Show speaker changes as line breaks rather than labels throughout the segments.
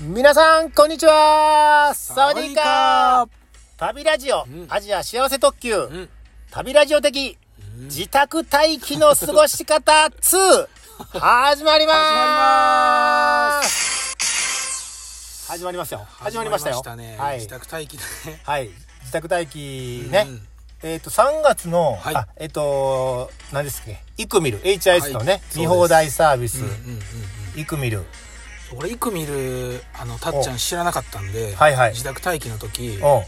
皆さん、こんにちはサワディーカ
ー
旅ラジオ、
ん
アジア幸せ特急、
ん
旅ラジオ的、自宅待機の過ごし方 2、始まりまーす始まりますよ。始まりましたよ。
始ね
はい。
自宅待機だね。
はい。自宅待機ね。
うん
えっ、と、3月の、
はい
あ、えっ、と、何ですっけイクミル、HIS のね、
はい
見放題サービス、
うんうん
イクミル。
うん。俺、イクミル、あの、たっちゃん知らなかったんで、
はいはい
自宅待機の時、
おう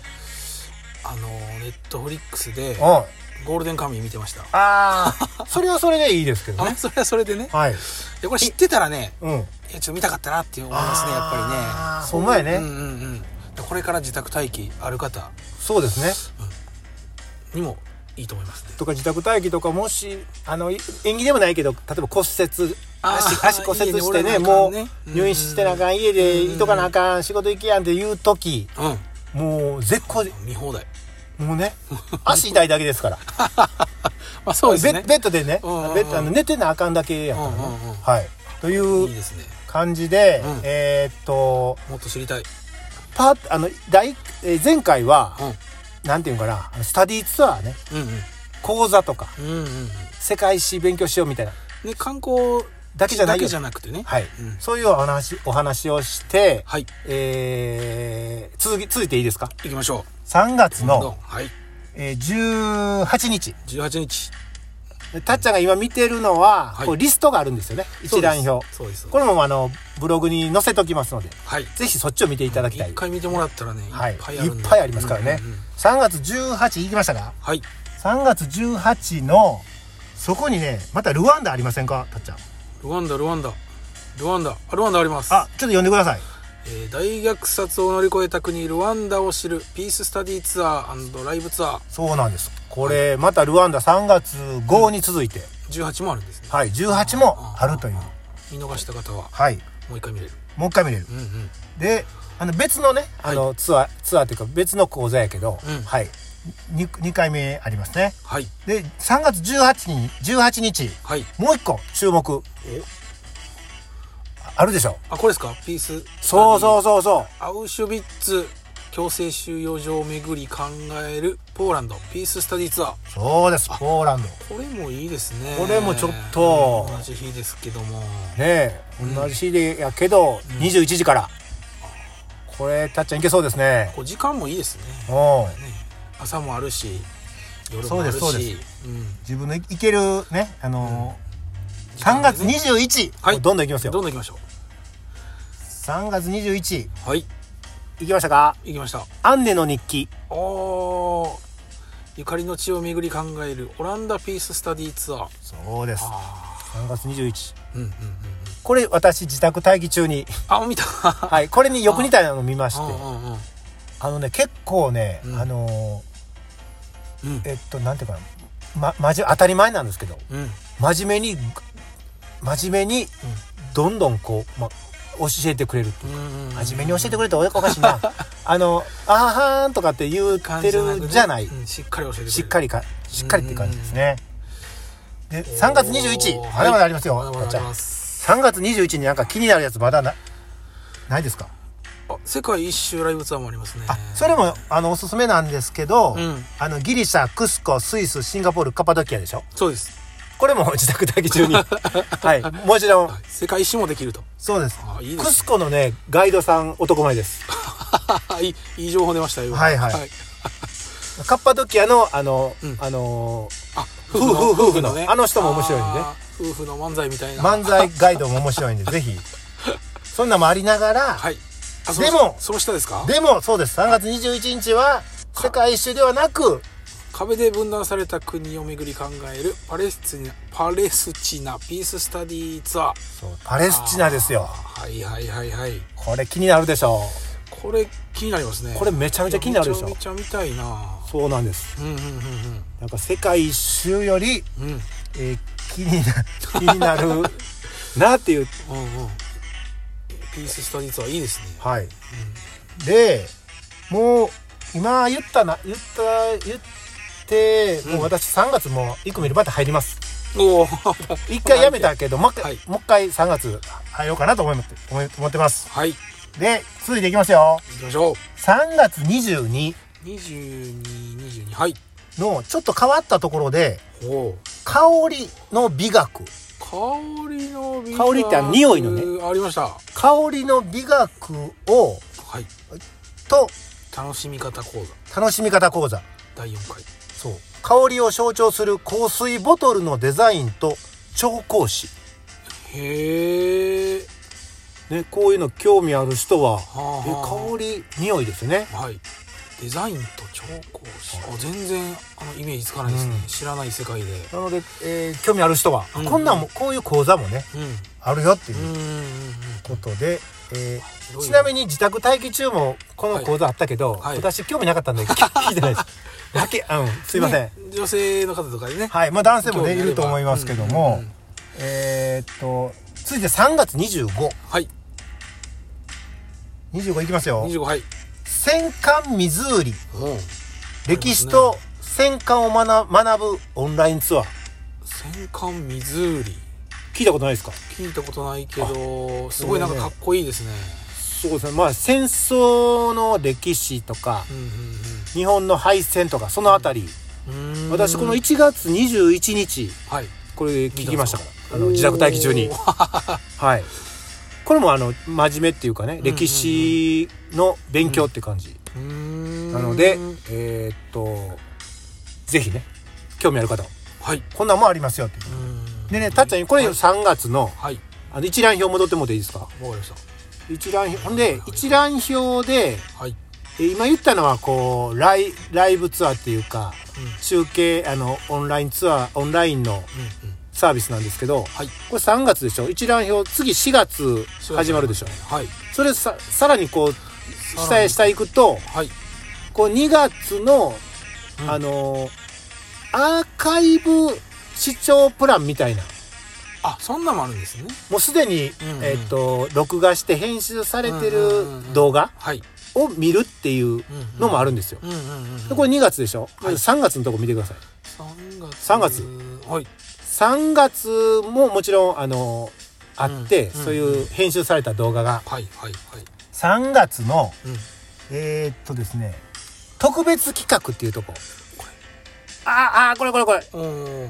あの、ネットフリックスで、
おう
ゴールデンカムイ見てました。
ああ、それはそれでいいですけど
あ
ね。
そ れはそれでね。
はい。
で、これ知ってたらね、
うん。
いや、ちょっと見たかったなって思いますね、やっぱ
ぱりね。ほんまやね、
りね。うんうんうん。でこれから自宅待機ある方
そうですね。
にもいいと思いますね。
とか自宅待機とかもし、あの、い演技でもないけど、例えば骨折、
あー
足、足骨折してね、
家に
も
おらな
う
あかんねうん
入院してなあかん、家でいとかなあかん、仕事行けやんっていう時、
う
もう絶好で、
ん。見放題。
もう ね、足痛いだけですから。
まあ、そうです
ベ
ね
ッ。ベッドでね、ベ
うんうんうん
ッドあの寝てなあかんだけやからね。
うんうんうん
はい。とい
いいうですね。
感じで、
うん
えーっと、
もっと知りたい。
パーあの、第一、えー前回は、
う
なんていうんかな、あのスタディーツアーね、
ん。うんうん。
講座とか、
うんうんうん。
世界史勉強しようみたいな。
ね、観光
だけじゃないよ
くてね。
はい。
うん
そういうお話、お話をして、
はい。
えー、続き、続いていいですか
行きましょ
?3 月
う。
の、
はい。
えー、18日。
18日。
でたっちゃんが今見てるのは、
はい
こうリストがあるんですよね。一覧表。
そうです。そうです
これもあの、ブログに載せときますので、
はい。
ぜひそっちを見ていただきたい
一。回見てもらったらね、いっ
はい。いっ
ぱいあるんで
ぱいありますからね
うんうんうん。
3月18行きましたか
はい。
?3 月18の、そこにね、またルワンダありませんかたっちゃん。
ルワンダ、ルワンダ。ルワンダ。あルワンダあります。
あ、ちょっと呼んでください。
えー大虐殺を乗り越えた国、ルワンダを知る、ピーススタディツアーライブツアー、
そうなんです。これ、またルワンダ3月号に続いて、
18もあるんですね。
はい、18もあるという。
見逃した方は、
はい。
もう一回見れる。
もう一回見れる
う。んうん。
で、あの別のね、あのツアー、ツアーっていうか別の講座やけど、
うん
はい。2, 回目ありますね。
はい。
で、3月18日、18日、
はい。
もう一個注目
え
あるでしょ。
あ、これですかピース。
そうそうそうそう。
アウシュビッツ強制収容所を巡り考えるポーランドピーススタディツアー
そうです、ポーランド。ね
これもいいですね
これもちょっと
同じ日ですけども
え、同じ日でやけど、21時から。これ、たっちゃんいけそうですね。
こう時間もいいですね
おうん。
ね朝もあるし夜
そ
も
う
あ
です
るし
そうで
うん
自分のいけるね、あのー、
時
3
間
月
でね
21、
はい
どんどんいきますよ
どんどん行きましょ
3月21
うはい
いきましたか
行きました
アンネの日記
おーゆかりの地を巡り考えるオランダピーススタディツアー
そうです
あ
3月21
ーうんうんうんうん
これ私自宅待機中に
あ見た は
はいこれによく似たようなの見まし
うん
て
うんうん
あのね結構ね、
うん
あの
うん
ーえっとなんていうかな、ま、まじ当たり前なんですけど
うん
真面目に真面目にどんどんこう、ま、教えてくれるっていう
うんうん
真面目に教えてくれっておかしい なあの「あーはーん」とかって言ってるじゃない
うんしっかり教えてくれる
しっかりか、しっかりって感じですね。で、
おー
3月21、まだまだありますよ。
まだまだあ
じ
り
ゃあ
ます
3月21になんか気になるやつまだな、ないですか
あ世界一周ライブツアーもありますね
あ、それも、あの、おすすめなんですけど
うん、
あの、ギリシャ、クスコ、スイス、シンガポール、カパドキアでしょ
そうです、
これも 自宅待機中 に。はい、もちろん
は、い、世界一周もできると
そうです
あいい。ですね
クスコのね、ガイドさん男前です。
いいいい情報出ましたよ
はいはいカッパドキアの、あの
うん、
あのー、
あ
夫婦
の
夫婦のあの人も面白いんでね
あー夫婦の漫才みたいな
漫才ガイドも面白いんで、ぜひ。そんなんもありながら、
はいあ
でも
そのその下ですか
でもそうです3月21日は世界一周ではなく
壁で分断された国を巡り考えるパレスチナパレスチナピーススタディツアー
パレスチナですよ
はいはいはいはい
これ気になるでしょ
これ気になりますね
これめちゃめちゃ気になるでしょ
めちゃめちゃ見たいな
そうなんです
うんうんうん
なんか世界一周より、
うんうん
えー気に な気になるなっていう
うんうんピーススタディツアーいいですね
はい、でもう今言ったな言った言って、もう私3月もイクミルまた入ります
おお
一回やめたけどもう一回
はい
もう一回3月入ろうかなと思い思い思ってます
はい
で、続いていきますよ。
行きましょう
3月22
2222はい
のちょっと変わったところで、
おう
香りの美学。
香りの美
香りってあの匂いのね
ありましたは
香りの美学を、
い
と、
楽しみ方講座
楽しみ方講座。
第4回
そう。香りを象徴する香水ボトルのデザインと調香師。
へえ
ね、こういうの興味ある人は、
はあはあ
え香り、匂いですよね。
はいデザインと調香師あ全然あのイメージつかないですね、
うん
知らない世界で
なので、えー興味ある人は、
うん
こんなんも、こういう講座もね、
うん
あるよって
うん
いう
うんうん
ことで、え
いろ
ー
いろ
ちなみに自宅待機中もこの講座あったけど、
はいはい
私興味なかったんで、き聞いてないです。 だけ、うん、すいません。
ね女性の方とかでね
はい、まあ男性もね、い
興味あれば
ると思いますけども、
うんうんうん
えーっと、続いて3月25。
はい
25いきますよ。
25はい
戦艦ミズーリ。
うん
歴史と戦艦を学ぶ学ぶオンラインツアー。
戦艦ミズーリ
聞いたことないですか
聞いたことないけどすごいなんかかっこいいですね
そうですね。まあ戦争の歴史とか、
うん
日本の敗戦とか、そのあたり、
うんうんうーん
私この1月21日、
はい
これ聞きましたから。あ
お
の
ー
自宅待機中に。はい。これもあの、真面目っていうかね、
んうん
歴史の勉強って感じ。
うーん
なので、えーっと、ぜひね、興味ある方は、
はいう
こんなんもありますよっていう。
ーん
でね、たっちゃんにこれ3月の、
はい
あの、一覧表戻ってもらっていいですか
わかりまし
一覧表。ほんで、一覧表で、
たはい
え今言ったのは、こう、ライ、ライブツアーっていうか、
うんうん
中継、あの、オンラインツアー、オンラインの
うん
サービスなんですけど、
はい
これ3月でしょ一覧表、次4月始まるでしょ
はい
それさ、さらにこう、
らに
下へ下へ行くと、
はい
こう2月の、
うん
あのーアーカイブ視聴プランみたいな、
あそんなんもあるんですね
もうすでに、
うんうん
えっ、と、録画して編集されて
うんうんうんう
る
ん
動画
はい
を見るっていうのもあ
る
るんですよ。
うんうんうん
でこれ2月でしょ、
はい
3月のとこ見てください。
3月
三月
はい
3月ももちろん、あのーあって、
うんうん
そういう編集された動画が。
はいはいはい
3月の、
うん
えーっとですね、特別企画っていうとこ。
これ
あーあー、これこれこれ。
おー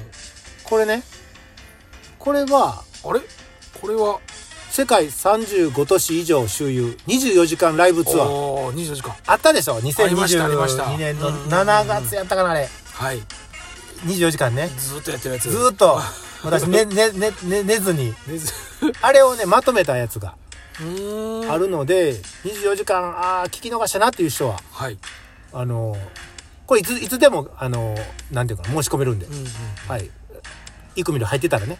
これね。これは、
あれこれは
世界35都市以上周遊24時間ライブツアー
おー24時間
あったでしょ
ありましたありました
2022年の
うんうんうん
7月やったかなあれ
はい
24時間ね
ずーっとやってるやつ
ずーっと私ねねねね寝ずに
ねず
あれをねまとめたやつが
うーん
あるので24時間あー聞き逃したなっていう人は
はい
あのーこれいついつでもあのーなんていうかな申し込めるんで
うんうん
はいイクミル入ってたらね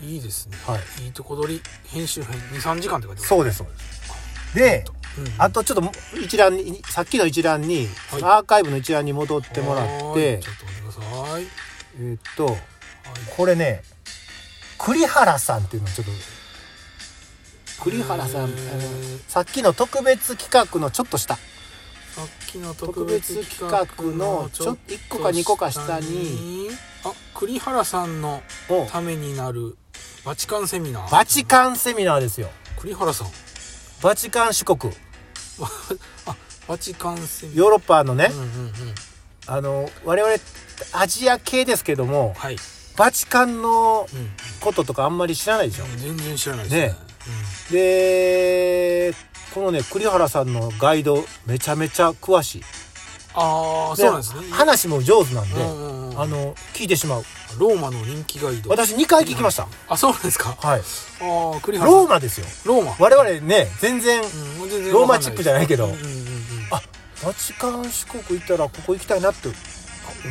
いいですね
はい
いとこ取り編集編23時間って書いて
そうですそうですで
う、うん、
あとちょっとも一覧にさっきの一覧に、
はい
アーカイブの一覧に戻ってもらっ
はー
て
いちょっと待ってくださいはい
えーっとこれね栗原さんっていうのちょっと栗原さんあ
えー
のさっきの特別企画のちょっと下
さっきの
特
特
別
別
企画
企画
の
の
ちょ1個か2個か下に
あ栗原さんの
を
ためになるバチカンセミナー
バチカンセミナーですよ
栗原さん
バチカン四国
あバチカンセミナー
ヨーロッパのね
うん、うんうん
あの我々アジア系ですけども
はい、
バチカンの
うん、
こととかあんまり知らないでしょ
全然知らないですね
ねでこのね栗原さんのガイドめちゃめちゃ詳しい
うん、ああそうなんですね
話も上手なんで、
うんうんうん
あの聞いてしまう
ローマの人気ガイド
私2回聞きました、
あそうなんですか
はい
ああ栗原さん
ローマですよ
ローマ
我々ね全然
うんもう全然
ロー
わ
マ
かんない
チッ
です
クじゃないけど
うんうんうんうん
あバチカン四国行ったらここ行きたいなって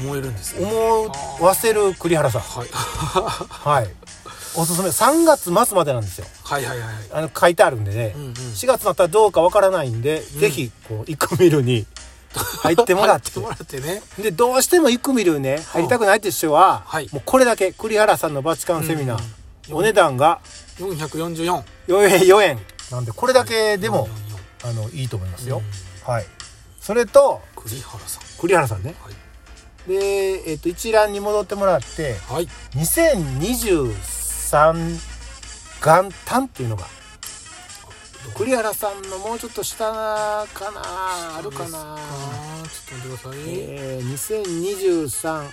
思えるんですね
思わせる栗原さん
はい
はいおすすめ3月末までなんですよ
はいはいはいはい
あの書いてあるんでね、
うんうん
4月になったらどうかわからないんで、ぜひこうイクミルに入ってもらって
入もらってね
でどうしてもイクミルね入りたくないって人は、
はい
もうこれだけ栗原さんのバチカンセミナー、お値段が
444
4円4円なんでこれだけでも、
444
あのいいと思いますよ、はいそれと
栗原さん
栗原さんね
はい
で、えっと一覧に戻ってもらって
はい
2023元旦っていうのが栗原さんのもうちょっと下かなあるかな
あーちょっと待ってください
えー、2023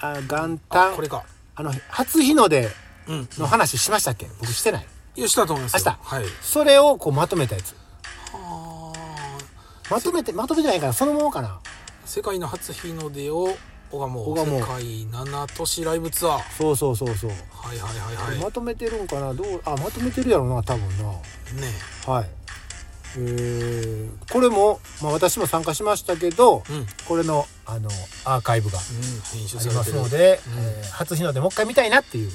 あ元
あ
旦
これか
あの初日の出
うん
の話しましたっけ僕してない
いやしたと思いますよ
あした
はい
それをこうまとめたやつ
あー
まとめてまとめてないからそのものかな
世界の初日の出を小賀も
小賀も
世界七都市ライブツアー
そうそうそうそう、
はいはいはいはいね
まとめてるんかなどうあまとめてるやろな多分なはいえー、これも、まあ、私も参加しましたけど、
うん、うん、
これのあのアーカイブがあ
編集さ
り
れ
ま
て
す
る
ので、えー初日の出もう一回見たいなって いう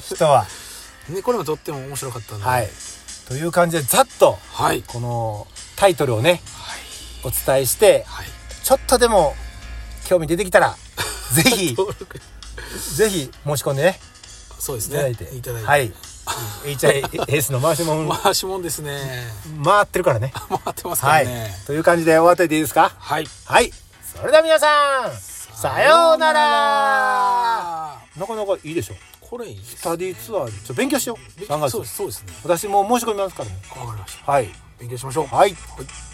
人は
ねこれもとっても面白かったんでは
はいいという感じでざっと
はい
このタイトルをね
はい、
お伝えしてちょっとでも興味出てきた らぜひ
登録
ぜひ申し込んでね
そうです
い
ね
ただいて
いただいて、
はい HIS の回しもん
回しもんですね
回ってるからね
回ってますか
は
ら
い
ね
という感じで終わっていいですか
はい、
はいそれでは皆さんさようなら
あ
なかなかいいでしょ
ーこれいいです
スタディツアーでちょっと勉強しよう3
そうで
月
すそうですね
私もう申し込みますからね
わかりました
はい
勉強しましょう
はい
はい